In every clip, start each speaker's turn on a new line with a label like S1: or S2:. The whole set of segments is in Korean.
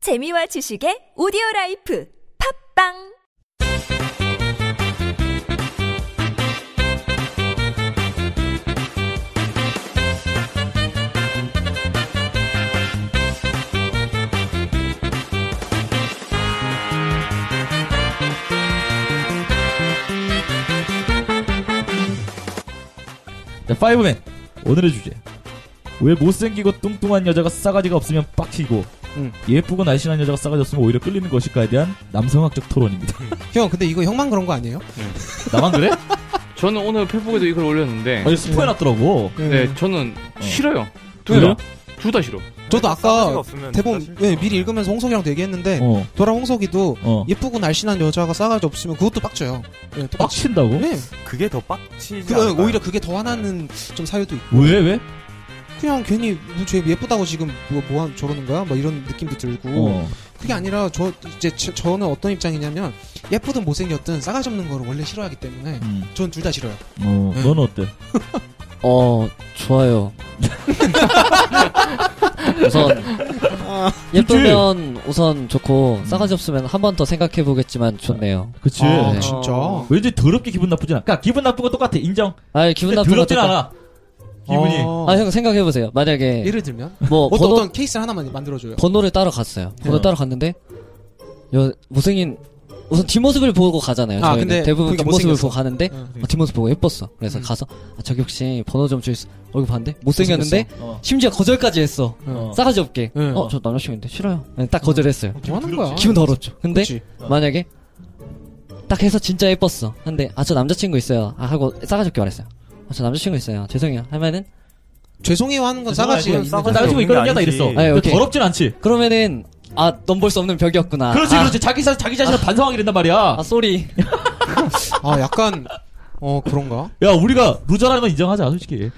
S1: 재미와 지식의 오디오 라이프 팝빵
S2: 자, 파이브맨 오늘의 주제 왜 못생기고 뚱뚱한 여자가 싸가지가 없으면 빡치고
S3: 음.
S2: 예쁘고 날씬한 여자가 싸가지 없으면 오히려 끌리는 것일까에 대한 남성학적 토론입니다
S3: 형, 근데 이거 형만 그런 거 아니에요?
S2: 나만 그래?
S4: 저는 오늘 페북에도 이걸 올렸는데
S2: 아니 스포해놨더라고
S4: 네
S3: 음.
S4: 저는 싫어요
S2: 그래요?
S4: 둘 다 싫어
S3: 저도
S5: 싸가지가
S3: 아까
S5: 없으면
S3: 대본
S5: 사실-
S3: 예, 미리 읽으면서 홍석이랑도 얘기했는데
S2: 어,
S3: 돌아 홍석이도
S2: 어.
S3: 네. 예쁘고 날씬한 여자가 싸가지 없으면 그것도 빡쳐요. 예, 또 빡치.
S2: 빡친다고?
S3: 네.
S5: 그게 더 빡치지
S3: 그,
S5: 않을까요?
S3: 오히려 그게 더 화나는 좀 사유도 있고.
S2: 왜 왜?
S3: 그냥 괜히 뭐, 쟤 예쁘다고 지금 뭐, 뭐 한- 저러는 거야? 막 이런 느낌도 들고.
S2: 어.
S3: 그게 아니라 저 이제 저, 저는 어떤 입장이냐면 예쁘든 못생겼든 싸가지 없는 거를 원래 싫어하기 때문에
S2: 음.
S3: 전 둘 다 싫어요.
S2: 어,
S3: 네.
S2: 넌 어때?
S6: 어, 좋아요. 우선 예쁘면 우선 좋고 싸가지 없으면 한 번 더 생각해 보겠지만 좋네요.
S2: 그치
S3: 아,
S6: 네.
S3: 진짜.
S4: 어.
S2: 왠지 더럽게 기분 나쁘진 않아 그니까 기분 나쁜 거 똑같아 인정
S6: 아, 기분
S2: 근데
S6: 나쁜 것
S2: 더럽진 않아 기분이
S3: 어.
S6: 아, 형 생각해 보세요. 만약에
S3: 예를 들면
S6: 뭐
S3: 어떤
S6: 번호
S3: 어떤 케이스를 하나만 만들어줘요.
S6: 번호를 따러 갔어요. 번호
S2: 네.
S6: 따러 갔는데 여 무생인 우선 뒷모습을 보고 가잖아요.
S3: 아,
S6: 저희는
S3: 근데
S6: 대부분
S3: 거기가
S6: 뒷모습을
S3: 못생겼어.
S6: 보고 가는데
S3: 어.
S6: 어, 뒷모습 보고 예뻤어. 그래서
S3: 음.
S6: 가서 아, 저기 혹시 번호 좀 줄 수? 얼굴 봤는데 못생겼는데
S2: 어.
S6: 심지어 거절까지 했어.
S2: 어.
S6: 싸가지 없게.
S3: 네.
S6: 어, 저 남자친구인데 싫어요. 네, 딱 거절했어요.
S3: 뭐 하는 거야?
S6: 기분 더럽죠. 근데
S3: 그치?
S6: 만약에 딱 해서 진짜 예뻤어. 근데 아 저 남자친구 있어요. 아 하고 싸가지 없게 말했어요. 아, 저 남자친구 있어요. 죄송해요. 하면은
S3: 죄송해요 하는 건 싸가지가 있는
S2: 나
S5: 싸가지
S3: 거죠.
S2: 남자친구 있거든요 나
S5: 아니지.
S2: 이랬어
S5: 네,
S2: 근데
S6: 오케이.
S2: 더럽진 않지
S6: 그러면은 아 넌 볼 수 없는 벽이었구나.
S2: 그렇지
S6: 아,
S2: 그렇지 자기 자, 자기 자신을 반성하게 된단 말이야
S6: 아 쏘리.
S3: 아 약간 어 그런가?
S2: 야 우리가 루저라는 건 인정하자 솔직히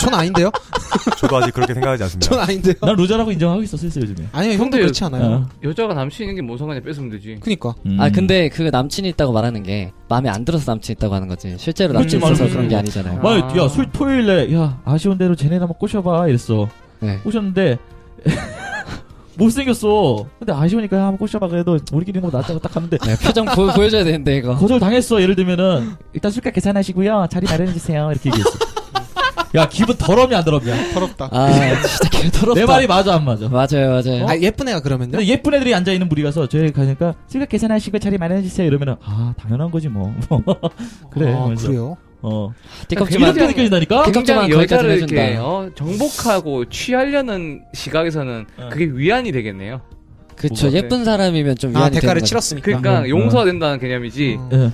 S3: 전 아닌데요?
S5: 저도 아직 그렇게 생각하지 않습니다.
S3: 전 아닌데요?
S2: 난 루저라고 인정하고 있어 슬슬 요즘에
S3: 아니요 형도
S4: 근데-
S3: 그렇지 않아요.
S2: 어.
S4: 여자가 남친인 게 뭔 상관이야 뺏으면 되지
S3: 그니까
S2: 음.
S6: 네. 아 근데 그 남친이 있다고 말하는 게 마음에 안 들어서 남친 있다고 하는 거지. 실제로
S2: 그렇지,
S6: 남친 있어서
S2: 맞아.
S6: 그런 게 아니잖아요.
S2: 막,
S4: 아.
S2: 야, 술 토요일에, 야, 아쉬운 대로 쟤네나 한번 꼬셔봐. 이랬어.
S6: 네.
S2: 꼬셨는데, 못생겼어. 근데 아쉬우니까 야, 한번 꼬셔봐. 그래도 우리끼리 있는 거 낫다고 딱 하는데,
S6: 네, 표정 보, 여줘야 되는데 이거.
S2: 거절 당했어. 예를 들면은, 일단 술값 계산하시고요. 자리 마련해주세요. 이렇게 얘기했어. 야, 기분 더럽냐, 안 더럽냐?
S3: 더럽다.
S6: 아 진짜 개더럽다. 네.
S2: 내 말이 맞아, 안 그렇죠. 맞아?
S6: 맞아요 맞아요.
S3: 아 예쁜 애가 그러면요?
S2: 근데 예쁜 애들이 앉아있는 무리가서 저희 가니까 술값 계산하시고 자리 마련해주세요. 이러면은, 아, 당연한 거지, 뭐. 그래.
S3: 아,
S2: 하면서.
S3: 그래요?
S2: 어.
S6: 아, 띠껍지만
S2: 이렇게 느껴진다니까?
S6: 깜깜한
S4: 굉장히
S6: 거기까지
S4: 여자를
S6: 해준다.
S4: 이렇게 어, 정복하고 취하려는 시각에서는
S3: 네.
S2: 어.
S4: 그게 위안이 되겠네요
S6: 그쵸
S2: 뭐가-
S6: 예쁜 사람이면 좀
S3: 아
S6: 위안이
S3: 대가를
S6: 되는 거죠.
S3: 치렀으니까.
S4: 그러니까
S2: 음.
S4: 용서가 된다는 개념이지
S3: 어.
S2: 예.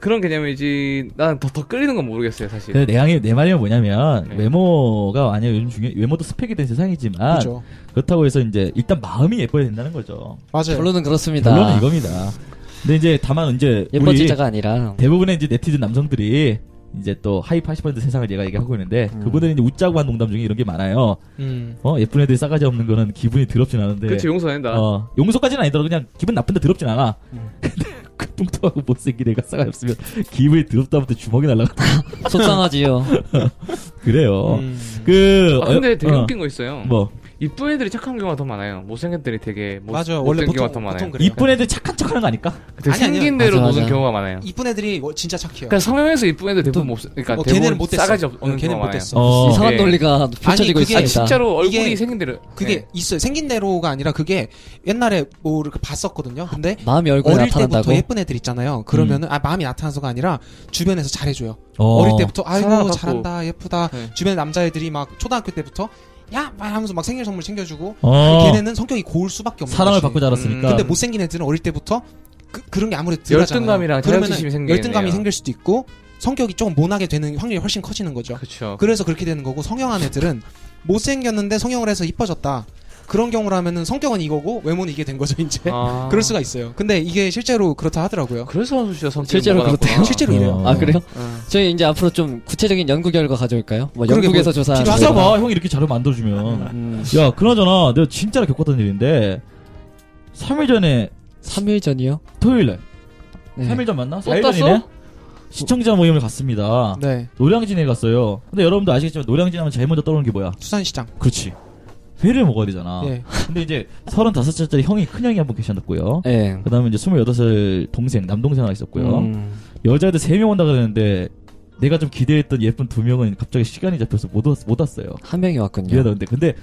S4: 그런 개념이지 나는 더, 더 끌리는 건 모르겠어요 사실
S2: 근데 내, 네, 양이, 내 말이 뭐냐면,
S4: 네.
S2: 외모가 아니야. 요즘 중요, 외모도 스펙이 된 세상이지만,
S3: 그죠.
S2: 그렇다고 해서 이제 일단 마음이 예뻐야 된다는 거죠.
S3: 맞아요.
S6: 결론은 그렇습니다.
S2: 결론은 이겁니다. 근데 이제 다만 이제 우리
S6: 예뻐지자가 아니라
S2: 대부분의 이제 네티즌 남성들이 이제 또 하이 80% 세상을 얘가 얘기하고 있는데
S6: 음.
S2: 그분들은 이제 웃자고 한 농담 중에 이런 게 많아요.
S3: 음.
S2: 어 예쁜 애들이 싸가지 없는 거는 기분이 더럽진 않은데.
S4: 그치 용서가 된다
S2: 어 용서까지는 아니더라도 그냥 기분 나쁜데 더럽진 않아.
S6: 음.
S2: 근데 그 뚱뚱하고 못생긴 애가 싸가지 없으면 기분이 더럽다부터 주먹이 날라가.
S6: 속상하지요.
S2: 어, 그래요.
S3: 음.
S2: 그
S4: 아, 근데
S2: 어,
S4: 되게
S2: 어,
S4: 웃긴 거 있어요
S2: 뭐
S4: 이쁜 애들이 착한 경우가 더 많아요 못생긴 애들이 되게 못,
S3: 맞아
S4: 못된
S3: 원래 보통
S4: 경우가 더 많아요
S3: 보통 그래요.
S2: 이쁜 애들 착한 척하는 거 아닐까?
S4: 되게
S3: 아니, 아니요.
S4: 생긴 대로
S6: 맞아,
S4: 노는
S6: 맞아.
S4: 경우가 많아요
S3: 이쁜 애들이 뭐 진짜 착해요.
S4: 그러니까 성형에서 이쁜 애들 대부분 못 그러니까
S3: 어, 걔네는
S4: 대부분
S3: 못됐어.
S4: 싸가지 없- 없는
S3: 걔네는
S4: 경우가 많아요
S3: 못됐어.
S2: 어.
S6: 이상한
S4: 예.
S6: 논리가 펼쳐지고
S3: 그게
S6: 있습니다.
S4: 진짜로 얼굴이
S3: 이게-
S4: 생긴 대로
S3: 그게
S4: 예.
S3: 있어요. 생긴 대로가 아니라 그게 옛날에 뭐 이렇게 봤었거든요. 근데
S6: 마음이 아, 얼굴에
S3: 어릴
S6: 나타난다고.
S3: 때부터 예쁜 애들 있잖아요. 그러면은 아 마음이 나타나서가 아니라 주변에서 잘해줘요.
S2: 어.
S3: 어릴 때부터 아이고
S4: 사랑받고.
S3: 잘한다 예쁘다
S4: 네.
S3: 주변 남자애들이 막 초등학교 때부터 야 막 하면서 막 생일 선물 챙겨주고
S2: 어.
S3: 아, 걔네는 성격이 고울 수밖에 없는
S2: 사랑을
S3: 거지. 음,
S2: 받고 자랐으니까.
S3: 근데 못생긴 애들은 어릴 때부터 그, 런게 아무래도 들어가잖아요.
S4: 열등감이랑
S3: 그러면은
S4: 자격지심이 생기겠네요.
S3: 열등감이 생길 수도 있고 성격이 조금 모나게 되는 확률이 훨씬 커지는 거죠.
S4: 그렇죠.
S3: 그래서 그렇게 되는 거고 성형한 애들은 못생겼는데 성형을 해서 이뻐졌다. 그런 경우라면은 성격은 이거고 외모는 이게 된 거죠 이제.
S4: 아.
S3: 그럴 수가 있어요. 근데 이게 실제로 그렇다 하더라고요.
S4: 그래서 선수 씨가 선택
S6: 실제로 그렇대요?
S3: 실제로 이래요.
S2: 어.
S6: 아 그래요?
S4: 어.
S6: 저희 이제 앞으로 좀 구체적인 연구 결과 가져올까요? 뭐
S3: 그러게
S6: 영국에서
S3: 뭐
S6: 조사한.
S3: 필요하죠.
S2: 찾아봐
S6: 결과.
S2: 형이 이렇게 자료 만들어주면
S6: 음,
S2: 야 그나저나 내가 진짜로 겪었던 일인데 3일 전에
S6: 3일 전이요.
S2: 토요일날
S6: 네.
S2: 3일 전 맞나?
S4: 또
S2: 4일
S4: 떴어?
S2: 전이네? 시청자 모임을 갔습니다
S3: 네.
S2: 노량진에 갔어요 근데 여러분도 아시겠지만 노량진 하면 제일 먼저 떠오르는 게 뭐야?
S3: 수산시장.
S2: 그렇지 회를 먹어야 되잖아.
S3: 예.
S2: 근데 이제 35살짜리 형이 큰 형이 한 분 계셨고요.
S6: 예.
S2: 그다음에 이제 28살 동생 남동생 하나 있었고요.
S6: 음.
S2: 여자애들 3명 온다 그랬는데 내가 좀 기대했던 예쁜 두 명은 갑자기 시간이 잡혀서 못, 왔, 못 왔어요.
S6: 한 명이 왔군요.
S2: 미안한데 근데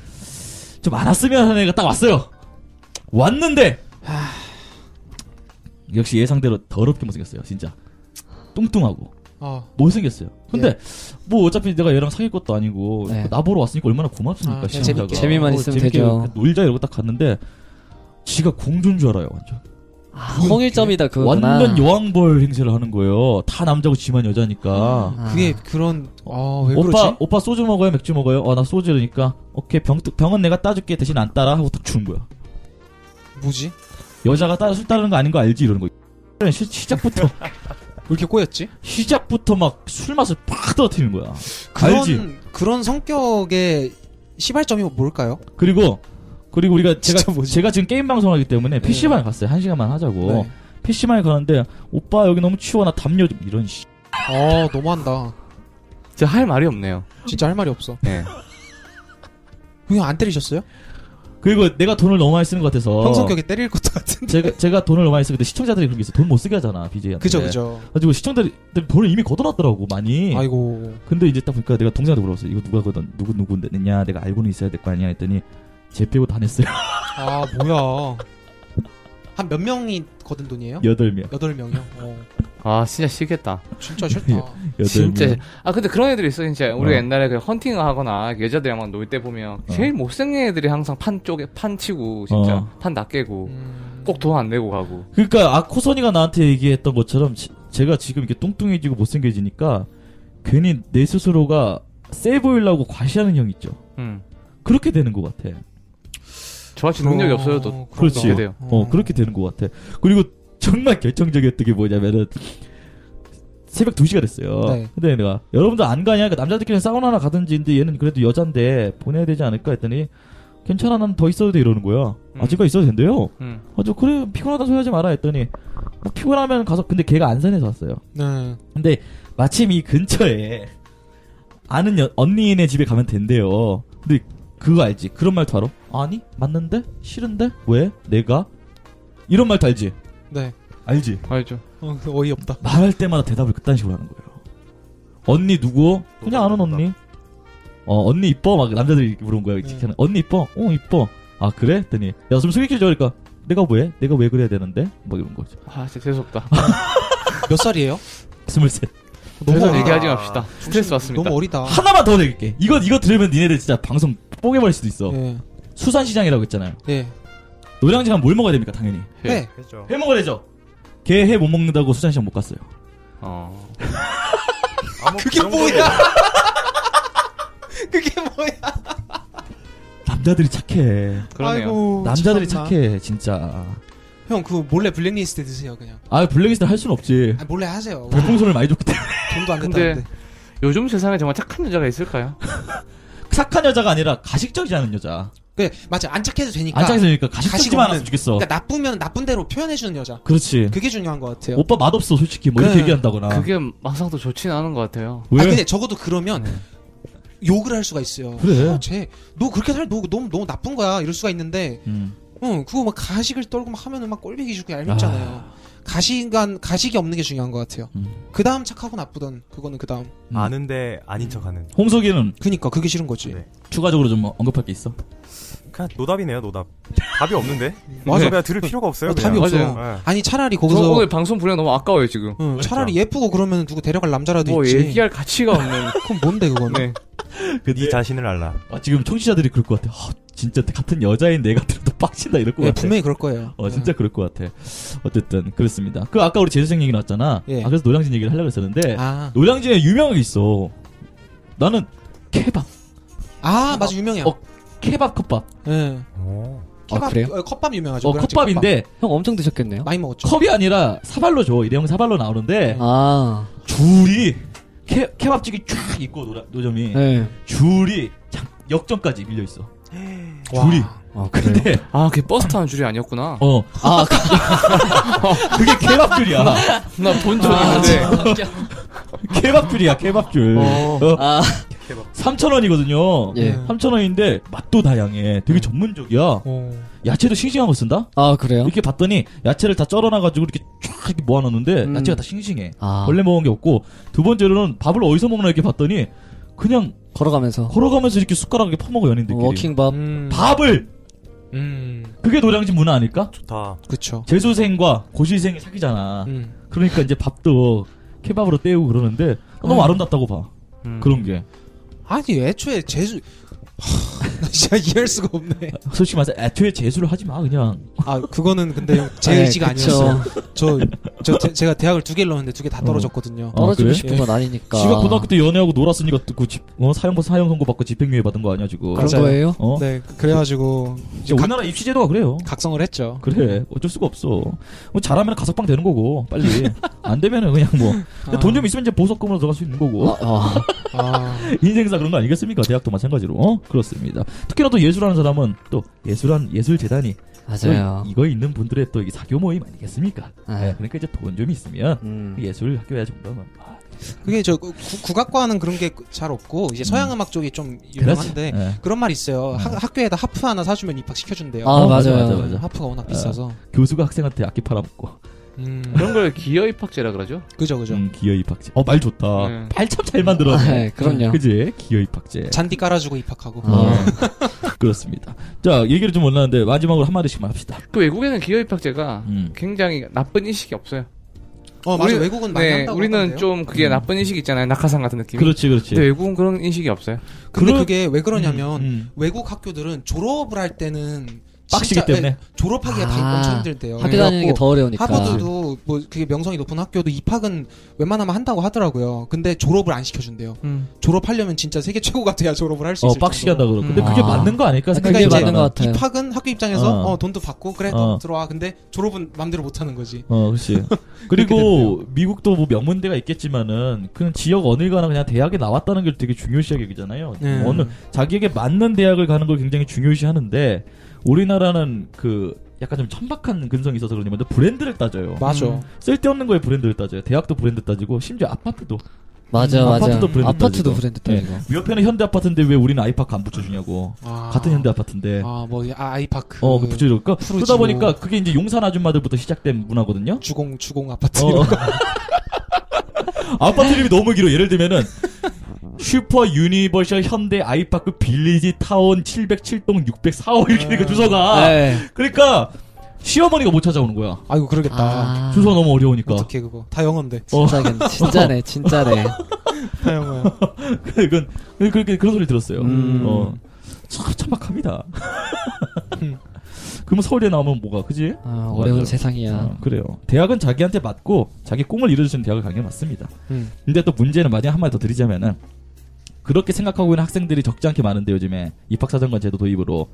S2: 좀 안 왔으면 하는 애가 딱 왔어요. 왔는데 역시 예상대로 더럽게 못생겼어요. 진짜 뚱뚱하고
S3: 어.
S2: 못생겼어요. 근데
S6: 예.
S2: 뭐 어차피 내가 얘랑 사귈 것도 아니고
S6: 네.
S2: 나 보러 왔으니까 얼마나 고맙습니까.
S3: 아, 네.
S2: 시청자가. 어,
S3: 재밌게.
S6: 예. 재미만 있으면
S2: 재밌게
S6: 되죠.
S2: 놀자 이러고 딱 갔는데 지가 공주인 줄 알아요. 완전
S6: 아, 홍일점이다 그거구나.
S2: 완전 여왕벌 행세를 하는 거예요. 다 남자고 지만 여자니까.
S6: 아.
S3: 그게 그런 아왜
S2: 오빠
S3: 그러지?
S2: 오빠 소주 먹어요 맥주 먹어요 아 나 소주 이러니까 오케이 병 병은 내가 따줄게 대신 안 따라 하고 딱 주는 거야
S3: 뭐지? 왜
S2: 여자가 따라 술 따르는 거 아닌 거 알지 이러는 거. 시, 시작부터
S3: 이렇게 꼬였지?
S2: 시작부터 막 술 맛을 팍 떨어뜨리는 거야.
S3: 그런
S2: 알지.
S3: 그런 성격의 시발점이 뭘까요?
S2: 그리고 그리고 우리가 제가
S3: 진짜 뭐지?
S2: 제가 지금 게임 방송하기 때문에
S3: 네.
S2: PC방에 에 갔어요. 한 시간만 하자고.
S3: 네.
S2: PC방에 에 가는데 오빠 여기 너무 치워 나 담요 좀 이런 씨.
S3: 아 너무한다.
S4: 진짜 할 말이 없네요.
S3: 진짜 할 말이 없어.
S4: 네.
S3: 그냥 안 때리셨어요?
S2: 그리고 내가 돈을 너무 많이 쓰는 것 같아서
S3: 형 성격에 때릴 것도 같은데.
S2: 제가 제가 돈을 너무 많이 쓰는데 시청자들이 그런 게 있어. 돈 못 쓰게 하잖아 BJ한테.
S3: 그죠 그죠.
S2: 가지고 시청자들이 돈을 이미 걷어놨더라고 많이.
S3: 아이고
S2: 근데 이제 딱 보니까 내가 동생한테 물어봤어. 이거 누가 거든 누구 누구 냈냐? 내가 알고는 있어야 될 거 아니야? 했더니 제 빼고 다 냈어요.
S3: 아 뭐야 한 몇 명이 거둔 돈이에요?
S2: 여덟 명.
S3: 여덟 명이요. 어,
S4: 아 진짜 싫겠다.
S3: 진짜 싫다.
S2: 여덟
S4: 진짜.
S2: 명.
S4: 아 근데 그런 애들이 있어 어. 진짜. 우리가
S2: 어.
S4: 옛날에 그 헌팅 하거나 여자들이랑 놀 때 보면 제일 못생긴 애들이 항상 판 쪽에 판 치고 진짜
S2: 어.
S4: 판 낚개고
S3: 음,
S4: 꼭 돈 안 내고 가고.
S2: 그러니까 아 코선이가 나한테 얘기했던 것처럼 지- 제가 지금 이렇게 뚱뚱해지고 못생겨지니까 괜히 내 스스로가 세 보이려고 과시하는 형 있죠.
S4: 음.
S2: 그렇게 되는 것 같아.
S4: 저같이 능력이
S3: 어,
S4: 없어도
S3: 그런가.
S2: 그렇지.
S4: 그래야 돼요.
S2: 어 그렇게 되는 것 같아. 그리고 정말 결정적이었던 게 뭐냐면은 새벽 2시가 됐어요.
S3: 네.
S2: 근데 내가 여러분들 안 가냐? 그러니까 남자들끼리 사우나나 가든지 근데 얘는 그래도 여잔데 보내야 되지 않을까 했더니 괜찮아 난 더 있어도 돼 이러는 거야.
S4: 음.
S2: 아직까지 있어도 된대요.
S4: 음.
S2: 아 저 그래 피곤하다 소리 하지 마라 했더니 뭐 피곤하면 가서 근데 걔가 안산에서 왔어요.
S3: 네.
S2: 근데 마침 이 근처에 아는 여- 언니네 집에 가면 된대요. 근데 그거 알지? 그런 말도 알아? 아니 맞는데 싫은데 왜 내가 이런 말도 알지?
S3: 네.
S2: 알지?
S4: 알죠.
S3: 어, 그 어이없다.
S2: 말할 때마다 대답을 그딴 식으로 하는 거예요. 언니 누구? 그냥 아는 언니. 어 언니 이뻐 막 남자들이 이렇게 물어본 거야. 이렇게
S3: 음.
S2: 하는, 언니 이뻐? 어 이뻐. 아 그래? 했더니 야 좀 소개시켜줘 그러니까 내가 왜? 내가 왜 그래야 되는데? 막 이런 거죠.
S4: 아 진짜 재수없다.
S3: 몇 살이에요?
S2: 스물셋.
S3: 너무
S4: 그래서
S3: 어리다.
S4: 아, 얘기하지 맙시다. 스트레스 받습니다.
S3: 아, 너무 어리다.
S2: 하나만 더 내릴게. 이거 이거 들으면 니네들 진짜 방송 뽀개버릴 수도 있어.
S3: 예.
S2: 수산시장이라고 했잖아요.
S3: 예.
S2: 노량진 가면 뭘 먹어야 됩니까 당연히.
S4: 예.
S3: 네.
S5: 했죠.
S2: 회 먹어야 되죠. 개 회 못 먹는다고 수산시장 못 갔어요.
S4: 어.
S5: 아무
S3: 그게
S5: 그런 거
S3: 뭐야?
S4: 네.
S3: 그게 뭐야?
S2: 남자들이 착해.
S4: 그러네요.
S3: 아이고,
S2: 남자들이
S3: 참나.
S2: 착해 진짜.
S3: 형, 그 몰래 블랙리스트 드세요, 그냥.
S2: 아 블랙리스트 할 순 없지.
S3: 아, 몰래 하세요.
S2: 별풍선을 많이 줬기 때문에.
S3: 돈도 안
S4: 근데-
S3: 된다는데.
S4: 요즘 세상에 정말 착한 여자가 있을까요?
S2: 착한 여자가 아니라 가식적이지 않은 여자.
S3: 그, 맞아. 안 착해도 되니까.
S2: 안 착해지니까
S3: 그러니까 가식
S2: 가식적이만
S3: 없는-
S2: 않았으면 좋겠어.
S3: 그러니까 나쁘면 나쁜 대로 표현해주는 여자.
S2: 그렇지.
S3: 그게 중요한 것 같아요.
S2: 오빠 맛없어 솔직히 뭐
S3: 그-
S2: 이렇게 얘기한다거나.
S4: 그게 막상 또 좋지는 않은 것 같아요.
S2: 왜? 네.
S3: 아 근데 적어도 그러면 욕을 할 수가 있어요.
S2: 그래.
S3: 어, 쟤너 그렇게 살너 너무 너무 나쁜 거야 이럴 수가 있는데,
S2: 음.
S3: 응 그거 막 가식을 떨고 막 하면은 막 꼴보기 주고 얄밉잖아요. 가식한 가식이 없는 게 중요한 것 같아요.
S2: 음.
S3: 그 다음 착하고 나쁘던 그거는 그 다음.
S2: 음.
S5: 아는데 아닌 척하는.
S2: 홍석이는
S3: 그니까 그게 싫은 거지.
S5: 네.
S2: 추가적으로 좀 언급할 게 있어?
S5: 그냥 노답이네요, 노답. 답이 없는데.
S3: 맞아.
S5: 맞아. 내가 들을 필요가 없어요.
S3: 어, 답이
S5: 그냥.
S3: 없어.
S5: 맞아요. 네. 그러니까.
S3: 아니 차라리
S4: 저
S3: 거기서
S4: 오늘 방송 분량 너무 아까워요 지금.
S3: 응, 차라리 예쁘고 그러면 누구 데려갈 남자라도
S4: 뭐
S3: 있지.
S4: 얘기할 가치가 없는.
S3: 그럼 뭔데 그거는?
S4: 네.
S5: 네 자신을 알라.
S2: 아, 지금 청취자들이 그럴 것 같아. 아, 진짜 같은 여자인 내가 들어도 빡친다 이럴 것
S3: 예,
S2: 같아.
S3: 분명히 그럴 거예요.
S2: 어 진짜 그럴 것 같아. 어쨌든 그렇습니다. 그 아까 우리 재수생 얘기 나왔잖아.
S3: 예.
S2: 아 그래서 노량진 얘기를 하려고 했었는데
S3: 응. 아,
S2: 네. 노량진에 유명한 게 있어. 나는 케밥,
S3: 아 맞아 유명해요.
S2: 어. 케밥 컵밥.
S3: 예.
S5: 오.
S3: 케밥,
S6: 아, 그래요?
S3: 어, 컵밥 유명하죠.
S2: 어
S3: 노량진
S2: 컵밥인데
S6: 형 엄청 드셨겠네요.
S3: 컵밥. 많이 먹었죠.
S2: 컵이 아니라 사발로 줘. 일회용 사발로 나오는데
S6: 아,
S2: 줄이 케 케밥집이 쫙 있고 노라, 노점이
S6: 네.
S2: 줄이 장- 역전까지 밀려 있어.
S3: 와.
S2: 줄이.
S6: 아, 그래요?
S2: 근데
S4: 아, 걔 버스 타는 줄이 아니었구나.
S2: 어
S6: 아, 그- 아,
S2: 그게 케밥줄이야.
S4: 나 본 적 있는데.
S2: 케밥줄이야 케밥줄.
S4: 어.
S2: 어.
S6: 아,
S2: 3,000원이거든요.
S6: 예.
S2: 3,000원인데 맛도 다양해. 되게
S3: 음.
S2: 전문적이야.
S3: 어.
S2: 야채도 싱싱한 거 쓴다?
S6: 아 그래요?
S2: 이렇게 봤더니 야채를 다 썰어놔가지고 이렇게 쫙 이렇게 모아놨는데
S3: 음.
S2: 야채가 다 싱싱해.
S6: 아
S2: 원래 먹은 게 없고 두 번째로는 밥을 어디서 먹나 이렇게 봤더니 그냥
S6: 걸어가면서 뭐
S2: 걸어가면서 이렇게 숟가락에 퍼먹어 연인들끼리.
S6: 워킹밥
S3: 음.
S2: 밥을
S3: 음.
S2: 그게 노량진 문화 아닐까?
S5: 좋다.
S3: 그쵸.
S2: 재수생과 고시생이 사귀잖아.
S3: 음.
S2: 그러니까 이제 밥도 케밥으로 때우고 그러는데 그러니까 너무
S3: 음.
S2: 아름답다고 봐. 그런 게
S3: 아니 애초에 제주 하, 나 진짜 이해할 수가 없네.
S2: 솔직히 말해서 애초에 재수를 하지 마 그냥.
S3: 아 그거는 근데 형, 제
S6: 네,
S3: 의지가
S6: 그쵸.
S3: 아니었어요. 저, 저 제- 제가 대학을 두 개를 넣었는데 두 개 다 떨어졌거든요.
S2: 어.
S6: 떨어지고
S2: 그래?
S6: 싶은 건 아니니까
S2: 지가 고등학교 때 연애하고 놀았으니까 그 집, 어, 사형 사형 선고 받고 집행유예 받은 거 아니야 지금?
S6: 그런
S3: 맞아요.
S6: 거예요?
S2: 어?
S3: 네, 그래가지고
S2: 이제 우리나라 입시 제도가 그래요.
S3: 각성을 했죠.
S2: 그래 어쩔 수가 없어. 뭐 잘하면 가석방 되는 거고 빨리 안 되면은 그냥 뭐 돈 좀 있으면 이제 보석금으로 들어갈 수 있는 거고.
S6: 아, 아.
S3: 아,
S2: 인생사 그런 거 아니겠습니까? 대학도 마찬가지로. 어? 그렇습니다. 특히나 또 예술하는 사람은 또 예술한 예술 재단이
S6: 맞아요.
S2: 이거 있는 분들의 또 이게 사교 모임 아니겠습니까?
S6: 네.
S2: 예, 그러니까 이제 돈 좀 있으면
S6: 음.
S2: 예술 학교에 정도면 아,
S3: 그게 저 구- 국악과는 그런 게 잘 없고 이제 서양 음악 쪽이 좀
S2: 대단하지.
S3: 유명한데
S2: 예.
S3: 그런 말 있어요. 학- 학교에다 하프 하나 사주면 입학시켜준대요. 음,
S6: 아,
S2: 어, 맞아,
S6: 맞아요.
S2: 맞아, 맞아.
S3: 하프가 워낙 비싸서.
S2: 교수가 학생한테 악기 팔아먹고
S3: 음,
S4: 그런 걸 기여 입학제라 그러죠.
S3: 그죠, 그죠.
S2: 음, 기여 입학제. 어 말 좋다.
S4: 네.
S2: 말 참 잘 만들어.
S6: 아, 네, 그럼요.
S2: 그지? 기여 입학제. 어.
S3: 잔디 깔아주고 입학하고.
S6: 아.
S2: 그렇습니다. 자 얘기를 좀 올라왔는데 마지막으로 한 마디씩만 합시다.
S4: 그 외국에는 기여 입학제가
S2: 음.
S4: 굉장히 나쁜 인식이 없어요.
S3: 어, 맞아.
S4: 우리-
S3: 외국은 많이
S4: 네,
S3: 한다고.
S4: 우리는
S3: 하던데요.
S4: 좀 그게
S2: 음.
S4: 나쁜 인식 있잖아요. 낙하산 같은 느낌.
S2: 그렇지 그렇지.
S4: 근데 외국은 그런 인식이 없어요.
S3: 네, 근데
S2: 그런-
S3: 그게 왜 그러냐면
S2: 음.
S3: 외국 학교들은 졸업을 할 때는
S2: 빡시기
S3: 진짜-
S2: 때문에?
S3: 네, 졸업하기가
S6: 아,
S3: 아, 엄청 힘들대요.
S6: 학교 다니는 게 더 어려우니까.
S3: 하버드도 뭐 그게 명성이 높은 학교도 입학은 웬만하면 한다고 하더라고요. 근데 졸업을 안 시켜준대요. 졸업하려면 진짜 세계 최고가 돼야 졸업을 할 수
S2: 어
S3: 있을
S2: 빡시게 한다
S3: 정도로.
S2: 그러고.
S3: 그러니까
S2: 근데
S6: 음.
S2: 그게
S6: 아.
S2: 맞는 거 아닐까
S6: 아,
S2: 생각이
S6: 그게
S2: 들지
S6: 맞는
S2: 않아?
S6: 것 같아요.
S3: 입학은 학교 입장에서
S2: 어.
S3: 어, 돈도 받고 그래
S2: 어.
S3: 들어와. 근데 졸업은 맘대로 못 하는
S6: 음.
S3: 거지.
S2: 어, 그렇지. 그리고 미국도 뭐 명문대가 있겠지만은 그냥 지역 어느 가나 그냥 대학에 나왔다는 게 되게 중요시하게 여기잖아요.
S3: 네.
S2: 어느 자기에게 맞는 대학을 가는 걸 굉장히 중요시하는데 우리나라는 그 약간 좀 천박한 근성이 있어서 그런지 먼저 브랜드를 따져요.
S3: 맞아.
S4: 음.
S2: 쓸데없는 거에 브랜드를 따져요. 대학도 브랜드 따지고 심지어 아파트도
S6: 맞아,
S2: 음,
S6: 맞아.
S2: 아파트도 브랜드 따지고.
S6: 아파트도
S2: 네.
S6: 브랜드 따지고.
S2: 옆에는 현대 아파트인데 왜 우리는 아이파크 안 붙여주냐고
S3: 아.
S2: 같은 현대 아파트인데
S3: 아뭐 아이파크.
S2: 어그 붙여줄까
S3: 푸르지오.
S2: 그러다 보니까 그게 이제 용산 아줌마들부터 시작된 문화거든요.
S3: 주공 주공 아파트.
S2: 어. 아파트 이름이 너무 길어. 예를 들면은 슈퍼 유니버셜 현대 아이파크 빌리지 타운 707동 604호 이렇게 되니까
S3: 아,
S2: 주소가
S6: 네.
S2: 그러니까 시어머니가 못 찾아오는 거야.
S3: 아이고 그러겠다.
S6: 아,
S2: 주소가 너무 어려우니까.
S3: 어떻게 그거? 다 영어인데.
S2: 어,
S6: 진짜겠네. 진짜네, 진짜네.
S3: 다 영어야.
S2: 그건 그렇게 그런 소리 들었어요.
S6: 음.
S2: 어. 참 천박합니다. 그럼 서울에 나오면 뭐가 그지?
S6: 아, 어려운
S2: 맞아요.
S6: 세상이야.
S2: 어, 그래요. 대학은 자기한테 맞고 자기 꿈을 이루어주는 대학을 가는 게 맞습니다.
S3: 음.
S2: 근데 또 문제는 만약 한 마디 더 드리자면은 그렇게 생각하고 있는 학생들이 적지 않게 많은데 요즘에 입학사정관 제도 도입으로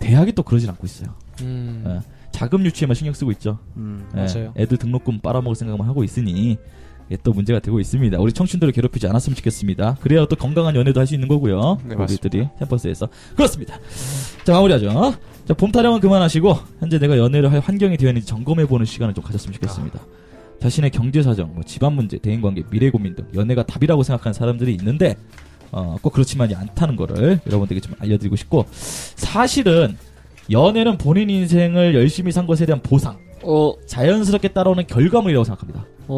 S2: 대학이 또 그러진 않고 있어요.
S3: 음.
S2: 예. 자금 유치에만 신경 쓰고 있죠.
S6: 음.
S2: 예.
S3: 맞아요.
S2: 애들 등록금 빨아먹을 생각만 하고 있으니 이게 예, 또 문제가 되고 있습니다. 우리 청춘들을 괴롭히지 않았으면 좋겠습니다. 그래야 또 건강한 연애도 할 수 있는 거고요.
S4: 네,
S2: 우리들이 캠퍼스에서 그렇습니다. 자 마무리하죠. 자, 봄 타령은 그만하시고 현재 내가 연애를 할 환경이 되었는지 점검해보는 시간을 좀 가졌으면 좋겠습니다. 자신의 경제 사정, 뭐 집안 문제, 대인 관계, 미래 고민 등 연애가 답이라고 생각하는 사람들이 있는데 어, 꼭 그렇지만이 않다는 거를 여러분들에게 좀 알려드리고 싶고 사실은 연애는 본인 인생을 열심히 산 것에 대한 보상.
S6: 어,
S2: 자연스럽게 따라오는 결과물이라고 생각합니다.
S6: 어,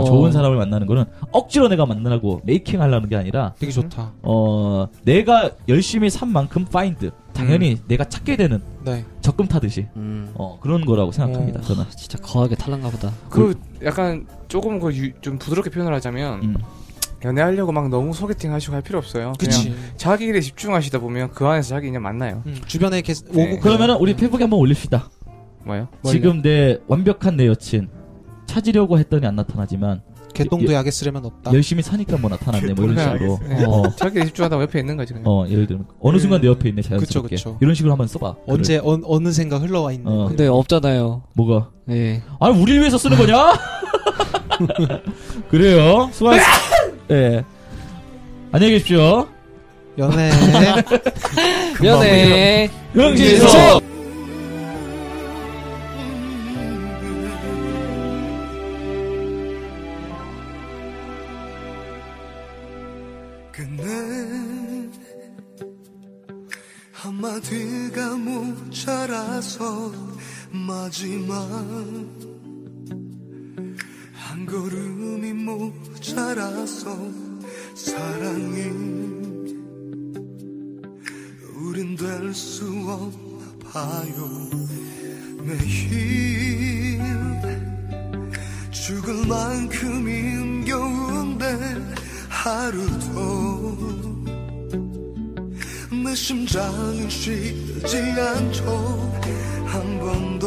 S2: 어, 좋은 사람을 만나는 거는 억지로 내가 만나고 메이킹 하려는 게 아니라
S3: 되게 좋다.
S2: 어, 내가 열심히 산 만큼 파인드 당연히
S3: 음.
S2: 내가 찾게 되는
S3: 네.
S2: 적금 타듯이
S6: 음.
S2: 어, 그런 거라고 생각합니다.
S3: 어.
S2: 저는.
S6: 아, 진짜 거하게 탈란가 보다.
S4: 그 약간 조금 그 좀 부드럽게 표현을 하자면
S2: 음.
S4: 연애하려고 막 너무 소개팅 하시고 할 필요 없어요.
S3: 그치.
S4: 냥 자기 일에 집중하시다 보면 그 안에서 자기 인연 만나요.
S3: 음, 주변에 계속
S4: 네.
S3: 오고
S2: 그러면은 우리 페북에 한번 올립시다.
S4: 뭐요?
S2: 지금 내 완벽한 내 여친 찾으려고 했더니 안 나타나지만
S3: 개똥도
S2: 예-
S3: 약에 쓰려면 없다.
S2: 열심히 사니까 뭐 나타났네 뭐 이런 식으로.
S4: 네.
S2: 어.
S4: 자기 일에 집중하다가 옆에 있는 거지 그냥.
S2: 어, 예를 들면 어느 순간 내 옆에 있네 자연스럽게
S3: 그쵸, 그쵸.
S2: 이런 식으로 한번 써봐. 글을.
S3: 언제 어, 어느 생각 흘러와 있는.
S2: 어.
S6: 근데 없잖아요.
S2: 뭐가?
S6: 예.
S2: 아, 우리 위해서 쓰는 거냐? 그래요. 수고하 예. 안녕히 계십시오.
S3: 연애.
S6: 연애.
S2: 명진석!
S7: 그는 한마디가 모자라서 마지막 한 걸음이 모자라서 사랑이 우린 될 수 없어요 매일 죽을 만큼 힘겨운데 하루도 내 심장은 쉬지 않죠 한 번도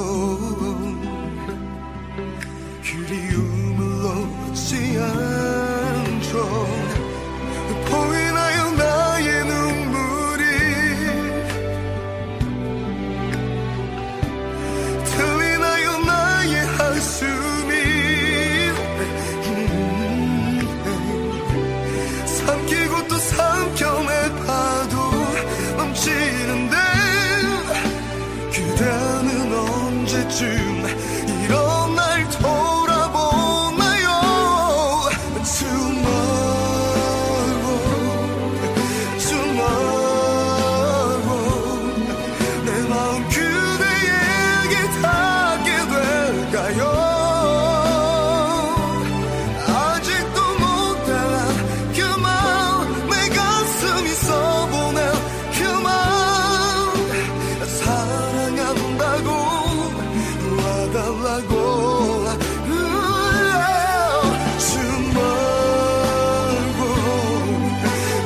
S7: 그리움을 놓지 않죠 보이나요 나의 눈물이 들리나요 나의 한숨이 음, 삼키고 또 삼켜내봐도 넘치는데 그대는 언제쯤 이런 날 돌아보나요 Tomorrow Tomorrow 내 마음 그대에게 닿게 될까요 아직도 못 알아 그만 내 가슴이 그 써보낼 그만 사랑한다고 와달라고 Tomorrow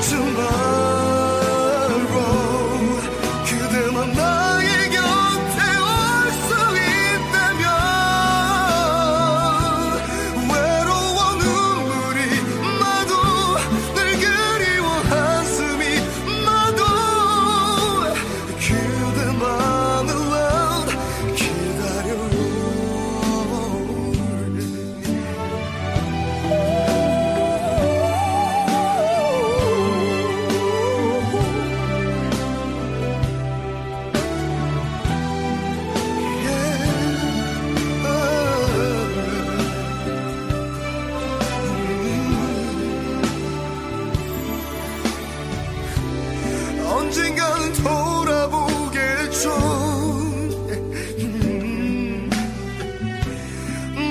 S7: Tomorrow 그대만 나의 곁에 올 수 있다면 외로워 눈물이 나도 늘 그리워 한숨이 나도 그대만을 기다려요 어, 어. 언젠간 돌아보겠죠 음,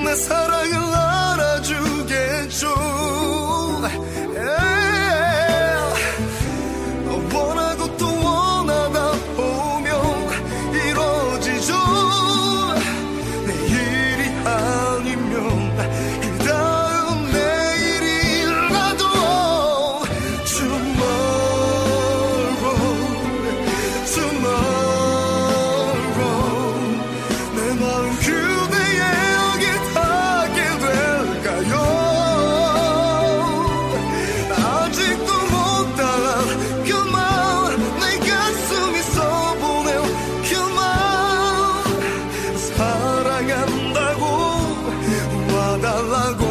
S7: 내 사랑을 알아주겠죠 예. 원하고 또 원하다 보면 이뤄지죠 내일이 아니면 그 다음 내일이라도 Tomorrow Tomorrow 내 마음 그대에게 닿게 될까요 아직도 못 알아 그만 내 가슴이 써보내요 그만 사랑한다고 와달라고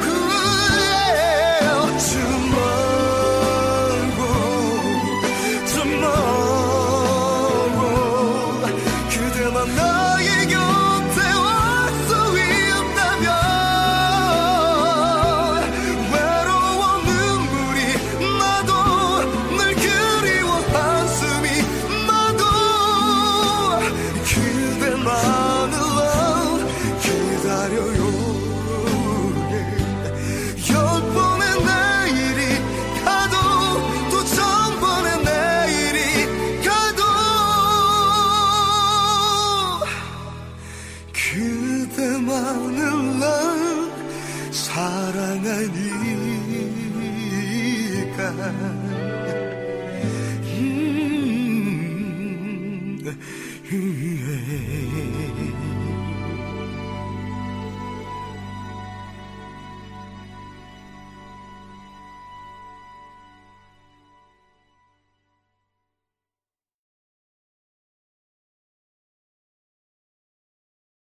S7: 그래요 Tomorrow Tomorrow 그대만 나의 곁에 올 수 있다면 외로워 눈물이 나도 늘 그리워 한숨이 나도 그대만을 기다려요 열 번의 내일이 가도 또 천번의 내일이 가도 그대만을 난 사랑하니까 음, 음,